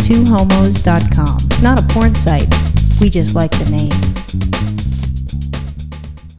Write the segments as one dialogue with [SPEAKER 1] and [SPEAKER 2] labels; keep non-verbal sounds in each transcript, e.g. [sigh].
[SPEAKER 1] twohomos.com. It's not a porn site. We just like the name.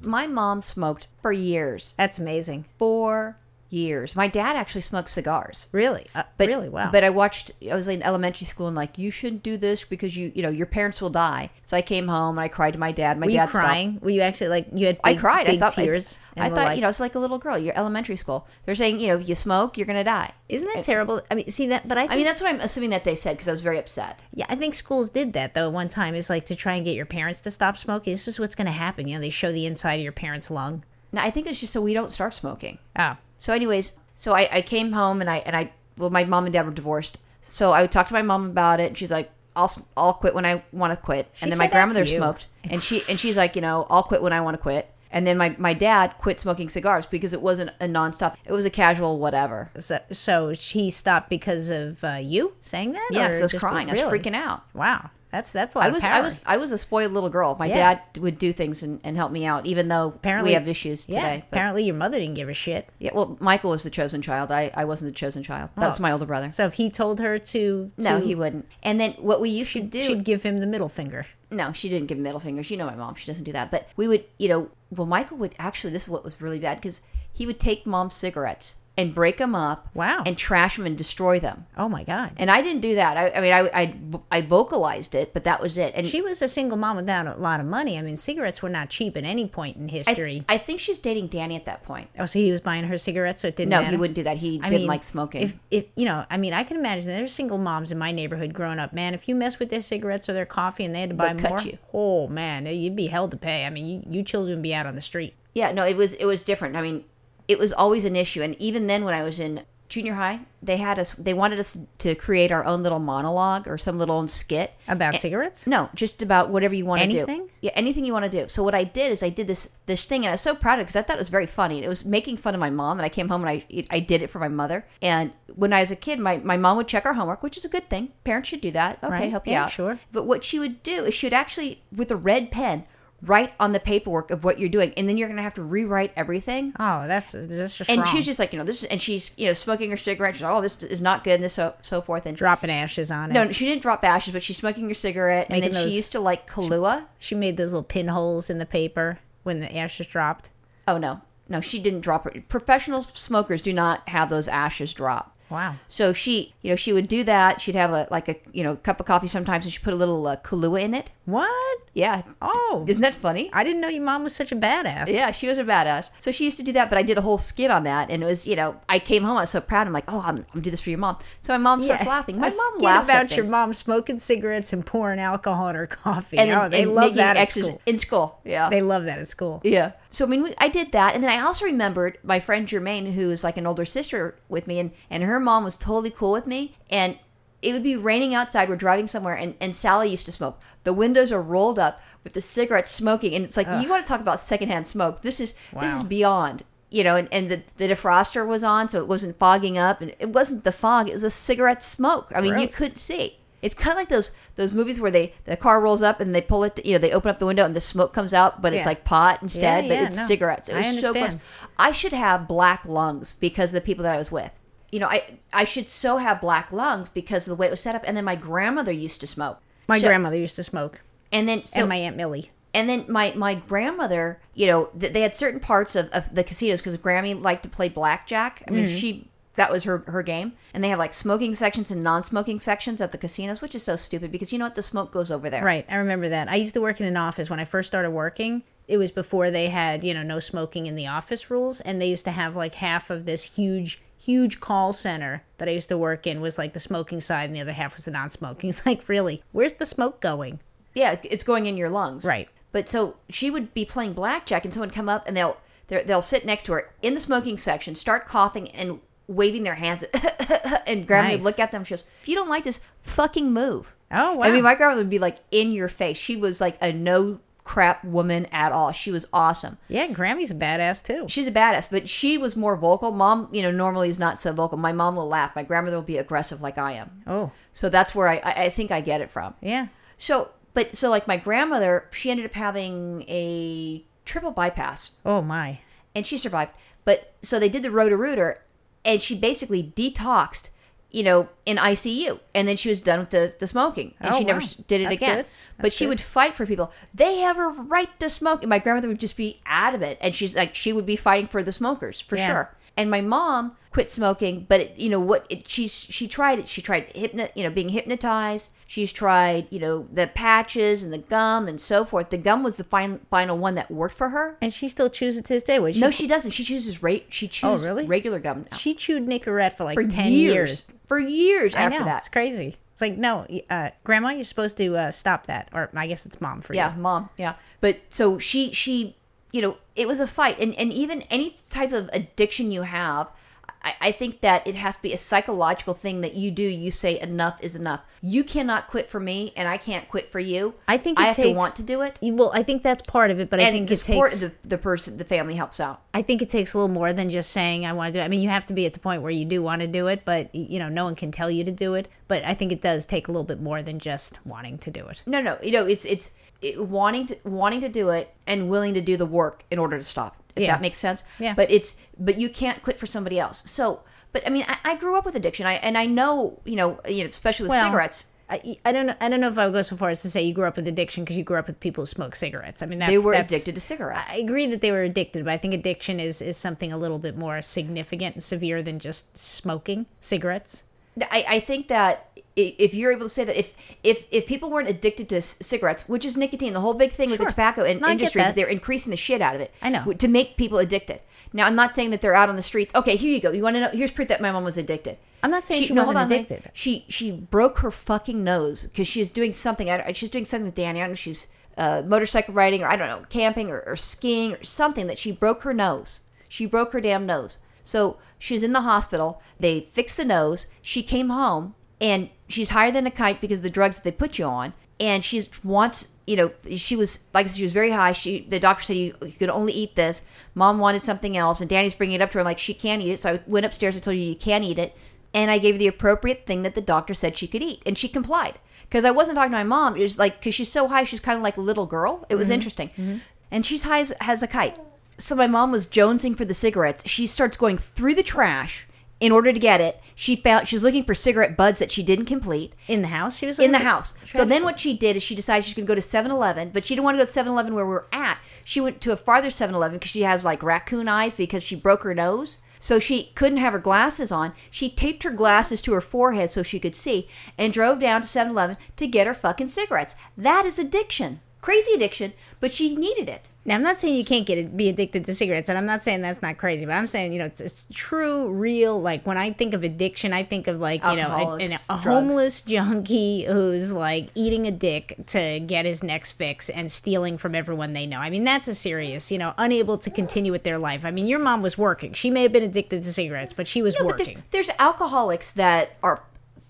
[SPEAKER 2] My mom smoked for years,
[SPEAKER 1] That's amazing.
[SPEAKER 2] for years. My dad actually smoked cigars.
[SPEAKER 1] Really? Uh,
[SPEAKER 2] But,
[SPEAKER 1] really? Wow.
[SPEAKER 2] But I watched. I was in elementary school and like, you shouldn't do this because you, you know, your parents will die. So I came home and I cried to my dad. My
[SPEAKER 1] were you
[SPEAKER 2] dad stopped-
[SPEAKER 1] crying? Were you actually like you had big,
[SPEAKER 2] I cried.
[SPEAKER 1] big
[SPEAKER 2] I thought
[SPEAKER 1] tears?
[SPEAKER 2] I, I
[SPEAKER 1] and
[SPEAKER 2] thought
[SPEAKER 1] were like,
[SPEAKER 2] you know, it's like a little girl. You're elementary school. They're saying you know, if you smoke, you're gonna die.
[SPEAKER 1] isn't that terrible? I mean, see that, but I think
[SPEAKER 2] I mean, that's what I'm assuming that they said because I was very upset.
[SPEAKER 1] Yeah, I think schools did that though. One time is like to try and get your parents to stop smoking. This is what's going to happen. You know, they show the inside of your parents' lung.
[SPEAKER 2] No, I think it's just so we don't start smoking.
[SPEAKER 1] Oh,
[SPEAKER 2] So, anyways, so I, I came home and I and I well, my mom and dad were divorced. So I would talk to my mom about it, and she's like, "I'll s- I'll quit when I want to quit." and then my
[SPEAKER 1] said F
[SPEAKER 2] grandmother
[SPEAKER 1] you.
[SPEAKER 2] smoked, and she and
[SPEAKER 1] [sighs]
[SPEAKER 2] she's like, "You know, I'll quit when I want to quit." And then my, my dad quit smoking cigars because it wasn't a nonstop. It was a casual whatever.
[SPEAKER 1] so so she stopped because of uh, you saying that.
[SPEAKER 2] Yeah,
[SPEAKER 1] or
[SPEAKER 2] 'cause I was
[SPEAKER 1] just-
[SPEAKER 2] crying. I
[SPEAKER 1] really?
[SPEAKER 2] was freaking out.
[SPEAKER 1] Wow, that's that's a lot
[SPEAKER 2] I
[SPEAKER 1] of
[SPEAKER 2] was
[SPEAKER 1] power.
[SPEAKER 2] I was I was a spoiled little girl. My
[SPEAKER 1] Yeah.
[SPEAKER 2] dad would do things and, and help me out, even though we have issues
[SPEAKER 1] yeah,
[SPEAKER 2] today. But-
[SPEAKER 1] apparently, your mother didn't give a shit.
[SPEAKER 2] yeah, well, Michael was the chosen child. I, I wasn't the chosen child. That's
[SPEAKER 1] Oh.
[SPEAKER 2] my older brother.
[SPEAKER 1] So if he told her to,
[SPEAKER 2] No,
[SPEAKER 1] to-
[SPEAKER 2] he wouldn't. And then what we used to do
[SPEAKER 1] she'd give him the middle finger.
[SPEAKER 2] no, she didn't give middle fingers. You know my mom; she doesn't do that. But we would, you know, well, Michael would actually. This is what was really bad because he would take mom's cigarettes and break them up,
[SPEAKER 1] Wow.
[SPEAKER 2] and trash them and destroy them.
[SPEAKER 1] Oh my god,
[SPEAKER 2] And I didn't do that. I, I mean, I, I I vocalized it, but that was it. And
[SPEAKER 1] she was a single mom without a lot of money. I mean, cigarettes were not cheap at any point in
[SPEAKER 2] I,
[SPEAKER 1] history.
[SPEAKER 2] I think she's dating Danny at that point.
[SPEAKER 1] oh, so he was buying her cigarettes, so it didn't.
[SPEAKER 2] No,
[SPEAKER 1] matter?
[SPEAKER 2] he wouldn't do that. He
[SPEAKER 1] I
[SPEAKER 2] didn't
[SPEAKER 1] mean,
[SPEAKER 2] like smoking.
[SPEAKER 1] If, if you know, I mean, I can imagine there's single moms in my neighborhood growing up. Man, if you mess with their cigarettes or their coffee and they had to buy
[SPEAKER 2] They'll cut
[SPEAKER 1] more,
[SPEAKER 2] you.
[SPEAKER 1] oh man, you'd be held to pay. I mean, you, you children would be out on the street.
[SPEAKER 2] yeah, no, it was it was different. I mean, it was always an issue. And even then, when I was in junior high, they had us. They wanted us to create our own little monologue or some little own skit
[SPEAKER 1] About
[SPEAKER 2] And-
[SPEAKER 1] cigarettes?
[SPEAKER 2] No, just about whatever you want to do.
[SPEAKER 1] Anything?
[SPEAKER 2] Yeah, anything you want to do. So what I did is I did this this thing, and I was so proud of it because I thought it was very funny. It was making fun of my mom, and I came home and I I did it for my mother. And when I was a kid, my, my mom would check our homework, which is a good thing. Parents should do that. Okay,
[SPEAKER 1] Right.
[SPEAKER 2] help you
[SPEAKER 1] Yeah,
[SPEAKER 2] out.
[SPEAKER 1] sure.
[SPEAKER 2] But what she would do is she would actually with a red pen write on the paperwork of what you're doing, and then you're gonna have to rewrite everything.
[SPEAKER 1] Oh, that's that's just
[SPEAKER 2] And
[SPEAKER 1] wrong.
[SPEAKER 2] she was just like, you know, this, is, and she's, you know, smoking her cigarette. She's like, oh, this is not good, and this so so forth. And
[SPEAKER 1] dropping ashes on it.
[SPEAKER 2] no, she didn't drop ashes, but she's smoking her cigarette, and
[SPEAKER 1] Making
[SPEAKER 2] then
[SPEAKER 1] those-
[SPEAKER 2] she used to like Kahlua.
[SPEAKER 1] She made those little pinholes in the paper when the ashes dropped.
[SPEAKER 2] Oh no, no, she didn't drop her. Professional smokers do not have those ashes drop.
[SPEAKER 1] Wow.
[SPEAKER 2] So she, you know, she would do that. She'd have a like a you know cup of coffee sometimes, and she put a little uh, Kahlua in it.
[SPEAKER 1] What?
[SPEAKER 2] Yeah,
[SPEAKER 1] Oh,
[SPEAKER 2] isn't that funny?
[SPEAKER 1] I didn't know your mom was such a badass.
[SPEAKER 2] Yeah, she was a badass. So she used to do that, but I did a whole skit on that, and it was you know I came home, I was so proud. I'm like, oh, I'm, I'm gonna do this for your mom. So my mom starts
[SPEAKER 1] Yeah.
[SPEAKER 2] laughing.
[SPEAKER 1] A
[SPEAKER 2] My mom
[SPEAKER 1] skit
[SPEAKER 2] laughs
[SPEAKER 1] about
[SPEAKER 2] at
[SPEAKER 1] your
[SPEAKER 2] things.
[SPEAKER 1] mom smoking cigarettes and pouring alcohol in her [laughs] coffee.
[SPEAKER 2] and then
[SPEAKER 1] oh, they
[SPEAKER 2] and
[SPEAKER 1] love
[SPEAKER 2] making
[SPEAKER 1] that at
[SPEAKER 2] exercise-
[SPEAKER 1] school.
[SPEAKER 2] in school. Yeah,
[SPEAKER 1] They love that at school.
[SPEAKER 2] Yeah. So I mean, we, I did that, and then I also remembered my friend Jermaine, who is like an older sister with me, and and her mom was totally cool with me. And it would be raining outside. We're driving somewhere, and and Sally used to smoke. The windows are rolled up with the cigarettes smoking, and it's like you want to talk about secondhand smoke. This is this is
[SPEAKER 1] Wow.
[SPEAKER 2] beyond. You know, and, and the, the defroster was on, so it wasn't fogging up, and it wasn't the fog; it was the cigarette smoke. I mean, you
[SPEAKER 1] Gross.
[SPEAKER 2] could see. It's kind of like those those movies where they the car rolls up and they pull it. You know, they open up the window and the smoke comes out, but it's
[SPEAKER 1] Yeah.
[SPEAKER 2] like pot and dead,
[SPEAKER 1] Yeah,
[SPEAKER 2] but
[SPEAKER 1] yeah,
[SPEAKER 2] it's
[SPEAKER 1] no.
[SPEAKER 2] cigarettes. It
[SPEAKER 1] I
[SPEAKER 2] was so gross.
[SPEAKER 1] understand.
[SPEAKER 2] I should have black lungs because of the people that I was with. You know, I I should so have black lungs because of the way it was set up. And then my grandmother used to smoke.
[SPEAKER 1] My
[SPEAKER 2] So-
[SPEAKER 1] grandmother used to smoke,
[SPEAKER 2] And then so
[SPEAKER 1] and my aunt Millie.
[SPEAKER 2] and then my my grandmother, you know, th- they had certain parts of, of the casinos because Grammy liked to play blackjack. I mean,
[SPEAKER 1] Mm-hmm.
[SPEAKER 2] she that was her her game, and they have like smoking sections and non-smoking sections at the casinos, which is so stupid because you know what, the smoke goes over there.
[SPEAKER 1] Right, I remember that. I used to work in an office when I first started working. It was before they had you know no smoking in the office rules, and they used to have like half of this huge huge call center that I used to work in was like the smoking side, and the other half was the non-smoking. [laughs] It's like really, where's the smoke going?
[SPEAKER 2] Yeah, it's going in your lungs.
[SPEAKER 1] Right.
[SPEAKER 2] But so she would be playing blackjack, and someone come up and they'll they're- they'll sit next to her in the smoking section, start coughing and waving their hands, [laughs] and Grammy would
[SPEAKER 1] Nice.
[SPEAKER 2] look at them. She goes, "If you don't like this, fucking move."
[SPEAKER 1] Oh wow!
[SPEAKER 2] I mean, my grandmother would be like in your face. She was like a no crap woman at all. She was awesome.
[SPEAKER 1] yeah, Grammy's a badass too.
[SPEAKER 2] She's a badass, but she was more vocal. Mom, you know, normally is not so vocal. My mom will laugh. My grandmother will be aggressive like I am.
[SPEAKER 1] Oh
[SPEAKER 2] So that's where I, I, I think I get it from.
[SPEAKER 1] yeah,
[SPEAKER 2] So, but so like my grandmother, she ended up having a triple bypass
[SPEAKER 1] oh my,
[SPEAKER 2] and she survived. But so they did the roto rooter and she basically detoxed you know, in ICU, and then she was done with the, the smoking, and
[SPEAKER 1] Oh,
[SPEAKER 2] she never
[SPEAKER 1] wow.
[SPEAKER 2] s- did it
[SPEAKER 1] That's
[SPEAKER 2] again.
[SPEAKER 1] good.
[SPEAKER 2] But
[SPEAKER 1] That's
[SPEAKER 2] she
[SPEAKER 1] good.
[SPEAKER 2] would fight for people. They have a right to smoke, and my grandmother would just be adamant, and she's like, she would be fighting for the smokers for
[SPEAKER 1] Yeah.
[SPEAKER 2] sure. And my mom quit smoking, but it, you know what? It, she's she tried it. She tried hypno, you know, being hypnotized. She's tried, you know, the patches and the gum and so forth. The gum was the final final one that worked for her.
[SPEAKER 1] And she still chews it to this day. Would she?
[SPEAKER 2] No, she doesn't. She chooses rate. She chooses
[SPEAKER 1] Oh, really?
[SPEAKER 2] regular gum now.
[SPEAKER 1] she chewed Nicorette for like
[SPEAKER 2] For
[SPEAKER 1] ten
[SPEAKER 2] years,
[SPEAKER 1] years.
[SPEAKER 2] for years
[SPEAKER 1] I
[SPEAKER 2] after
[SPEAKER 1] know.
[SPEAKER 2] that.
[SPEAKER 1] It's crazy. It's like no, y- uh, Grandma, you're supposed to uh, stop that. Or I guess it's mom for
[SPEAKER 2] yeah
[SPEAKER 1] you.
[SPEAKER 2] mom yeah but so she she you know it was a fight and and even any type of addiction you have I, I think that it has to be a psychological thing that you do you say enough is enough you cannot quit for me and i can't quit for you
[SPEAKER 1] I think
[SPEAKER 2] i
[SPEAKER 1] it
[SPEAKER 2] have to
[SPEAKER 1] takes-
[SPEAKER 2] want to do it
[SPEAKER 1] You- Well, I think that's part of it, but I
[SPEAKER 2] and
[SPEAKER 1] think
[SPEAKER 2] the
[SPEAKER 1] it
[SPEAKER 2] support
[SPEAKER 1] takes.
[SPEAKER 2] of the, the person the family helps out
[SPEAKER 1] I think it takes a little more than just saying I want to do it. I mean, you have to be at the point where you do want to do it, but y- you know, no one can tell you to do it. But I think it does take a little bit more than just wanting to do it.
[SPEAKER 2] no no you know it's it's it, wanting to wanting to do it and willing to do the work in order to stop if
[SPEAKER 1] Yeah.
[SPEAKER 2] that makes sense
[SPEAKER 1] Yeah.
[SPEAKER 2] but it's but you can't quit for somebody else so but i mean i, I grew up with addiction i and i know you know you know especially with
[SPEAKER 1] Well,
[SPEAKER 2] cigarettes
[SPEAKER 1] I, I don't know. I don't know if I would go so far as to say you grew up with addiction because you grew up with people who smoke cigarettes. I mean, that's,
[SPEAKER 2] they were
[SPEAKER 1] that's-
[SPEAKER 2] addicted to cigarettes
[SPEAKER 1] I agree that they were addicted, but I think addiction is is something a little bit more significant and severe than just smoking cigarettes.
[SPEAKER 2] I, I think that i- if you're able to say that if if if people weren't addicted to c- cigarettes which is nicotine the whole big thing with the
[SPEAKER 1] Sure.
[SPEAKER 2] tobacco and
[SPEAKER 1] No, I get
[SPEAKER 2] industry
[SPEAKER 1] that.
[SPEAKER 2] they're increasing the shit out of it
[SPEAKER 1] I know.
[SPEAKER 2] w- to make people addicted now i'm not saying that they're out on the streets okay here you go you want to know here's proof that my mom was addicted
[SPEAKER 1] I'm not saying she,
[SPEAKER 2] no,
[SPEAKER 1] wasn't
[SPEAKER 2] hold on, like,
[SPEAKER 1] addicted.
[SPEAKER 2] she she broke her fucking nose because she was doing something. I don't, she's doing something with Danny. I don't know. if She's uh, motorcycle riding or I don't know, camping or, or skiing or something. That she broke her nose. She broke her damn nose. So she was in the hospital. They fixed the nose. She came home and she's higher than a kite because of the drugs that they put you on. And she wants, you know, she was like I said, she was very high. She the doctor said you, you could only eat this. Mom wanted something else, and Danny's bringing it up to her like she can't eat it. So I went upstairs and told you you can't eat it and I gave her the appropriate thing that the doctor said she could eat, and she complied. Because I wasn't talking to my mom, it was like because she's so high, she's kind of like a little girl. It was interesting, and she's high as, as a kite. So my mom was jonesing for the cigarettes. She starts going through the trash in order to get it. She found she's looking for cigarette buds that she didn't complete
[SPEAKER 1] In the house, she was
[SPEAKER 2] in the
[SPEAKER 1] addicted?
[SPEAKER 2] house. So then what she did is she decided she's going to go to 7-Eleven, but she didn't want to go to 7-Eleven where we're at. She went to a farther 7-Eleven because she has like raccoon eyes because she broke her nose. So she couldn't have her glasses on. She taped her glasses to her forehead so she could see and drove down to 7-Eleven to get her fucking cigarettes. That is addiction. Crazy addiction, but she needed it.
[SPEAKER 1] Now, I'm not saying you can't get be addicted to cigarettes, and I'm not saying that's not crazy, but I'm saying you know it's, it's true, real. Like when I think of addiction, I think of like you know a- an-
[SPEAKER 2] Alcoholics,
[SPEAKER 1] a,
[SPEAKER 2] drugs.
[SPEAKER 1] homeless junkie who's like eating a dick to get his next fix and stealing from everyone they know. I mean, that's a serious, you know, unable to continue with their life. I mean, your mom was working; she may have been addicted to cigarettes, but she was
[SPEAKER 2] No, but
[SPEAKER 1] working.
[SPEAKER 2] there's, there's alcoholics that are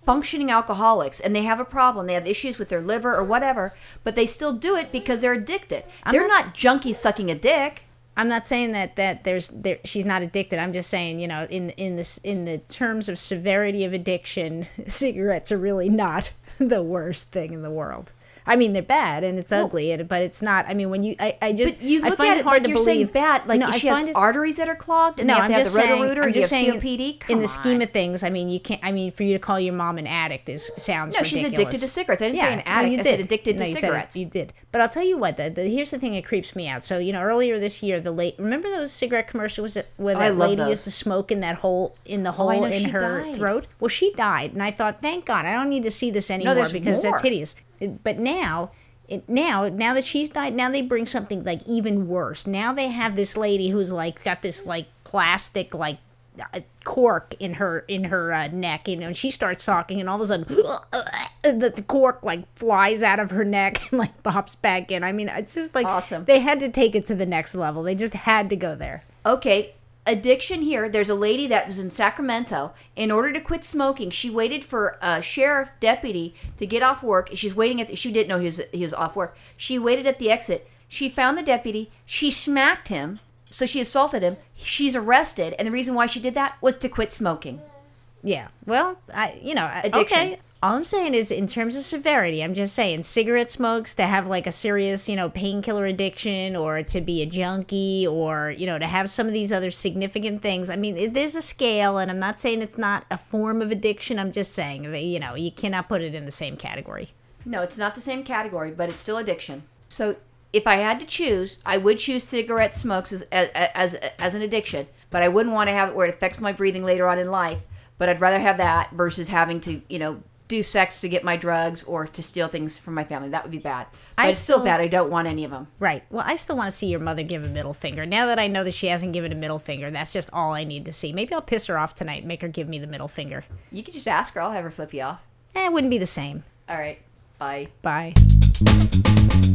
[SPEAKER 2] functioning alcoholics and they have a problem. They have issues with their liver or whatever, but they still do it because they're addicted. they're
[SPEAKER 1] not
[SPEAKER 2] not, junkies sucking a dick.
[SPEAKER 1] I'm not saying that that there's there she's not addicted. I'm just saying you know in in this in the terms of severity of addiction, [laughs] cigarettes are really not [laughs] the worst thing in the world. I mean they're bad and it's ugly, and, but it's not. I mean when you I, I just
[SPEAKER 2] But you
[SPEAKER 1] I
[SPEAKER 2] look
[SPEAKER 1] find
[SPEAKER 2] at
[SPEAKER 1] it
[SPEAKER 2] it
[SPEAKER 1] hard
[SPEAKER 2] like
[SPEAKER 1] to
[SPEAKER 2] you're saying
[SPEAKER 1] believe
[SPEAKER 2] bad. Like
[SPEAKER 1] no, I
[SPEAKER 2] she has
[SPEAKER 1] find it-
[SPEAKER 2] arteries that are clogged and
[SPEAKER 1] no,
[SPEAKER 2] they have
[SPEAKER 1] I'm
[SPEAKER 2] to have
[SPEAKER 1] just
[SPEAKER 2] the roto
[SPEAKER 1] saying.
[SPEAKER 2] rooter
[SPEAKER 1] I'm
[SPEAKER 2] and you
[SPEAKER 1] just
[SPEAKER 2] have
[SPEAKER 1] saying.
[SPEAKER 2] COPD. Come
[SPEAKER 1] in the
[SPEAKER 2] on.
[SPEAKER 1] scheme of things, I mean, you can't. I mean, for you to call your mom an addict is sounds.
[SPEAKER 2] No, she's
[SPEAKER 1] ridiculous.
[SPEAKER 2] addicted to cigarettes. I didn't say an
[SPEAKER 1] no,
[SPEAKER 2] addict.
[SPEAKER 1] you
[SPEAKER 2] I said
[SPEAKER 1] did.
[SPEAKER 2] addicted
[SPEAKER 1] No,
[SPEAKER 2] to
[SPEAKER 1] you said it-
[SPEAKER 2] cigarettes.
[SPEAKER 1] you did. But I'll tell you what. The, the, here's the thing that creeps me out. So you know, earlier this year, the late remember those cigarette commercials that- where
[SPEAKER 2] Oh, I
[SPEAKER 1] that
[SPEAKER 2] love
[SPEAKER 1] lady
[SPEAKER 2] those. Oh,
[SPEAKER 1] used to smoke in that hole in the hole
[SPEAKER 2] I know,
[SPEAKER 1] in
[SPEAKER 2] she
[SPEAKER 1] her
[SPEAKER 2] died.
[SPEAKER 1] throat. Well, she died, and I thought, thank God, I don't need to see this anymore
[SPEAKER 2] there's
[SPEAKER 1] because that's
[SPEAKER 2] more.
[SPEAKER 1] hideous. It- But now. It, now, now that she's died, now they bring something like even worse. Now they have this lady who's like got this like plastic like a cork in her in her uh, neck, you know, and she starts talking, and all of a sudden, [laughs] the, the cork like flies out of her neck and like pops back in. I mean, it's just like
[SPEAKER 2] Awesome.
[SPEAKER 1] They had to take it to the next level. They just had to go there.
[SPEAKER 2] okay addiction here there's a lady that was in sacramento in order to quit smoking she waited for a sheriff deputy to get off work she's waiting at the, she didn't know he was, he was off work she waited at the exit she found the deputy she smacked him so she assaulted him she's arrested and the reason why she did that was to quit smoking
[SPEAKER 1] Yeah. Well, I you know I-
[SPEAKER 2] Addiction.
[SPEAKER 1] okay. All I'm saying is, in terms of severity, I'm just saying cigarette smokes to have like a serious, you know, painkiller addiction or to be a junkie or, you know, to have some of these other significant things. I mean, it- there's a scale, and I'm not saying it's not a form of addiction. I'm just saying that, you know, you cannot put it in the same category.
[SPEAKER 2] No, it's not the same category, but it's still addiction. So if I had to choose, I would choose cigarette smokes as as as, as an addiction, but I wouldn't want to have it where it affects my breathing later on in life. But I'd rather have that versus having to, you know, do sex to get my drugs or to steal things from my family. That would be bad. But
[SPEAKER 1] I
[SPEAKER 2] it's still
[SPEAKER 1] still-
[SPEAKER 2] bad. I don't want any of them.
[SPEAKER 1] Right. Well, I still want to see your mother give a middle finger. Now that I know that she hasn't given a middle finger, that's just all I need to see. Maybe I'll piss her off tonight and make her give me the middle finger.
[SPEAKER 2] You could just ask her. I'll have her flip you off.
[SPEAKER 1] Eh, it wouldn't be the same.
[SPEAKER 2] All right. Bye.
[SPEAKER 1] Bye.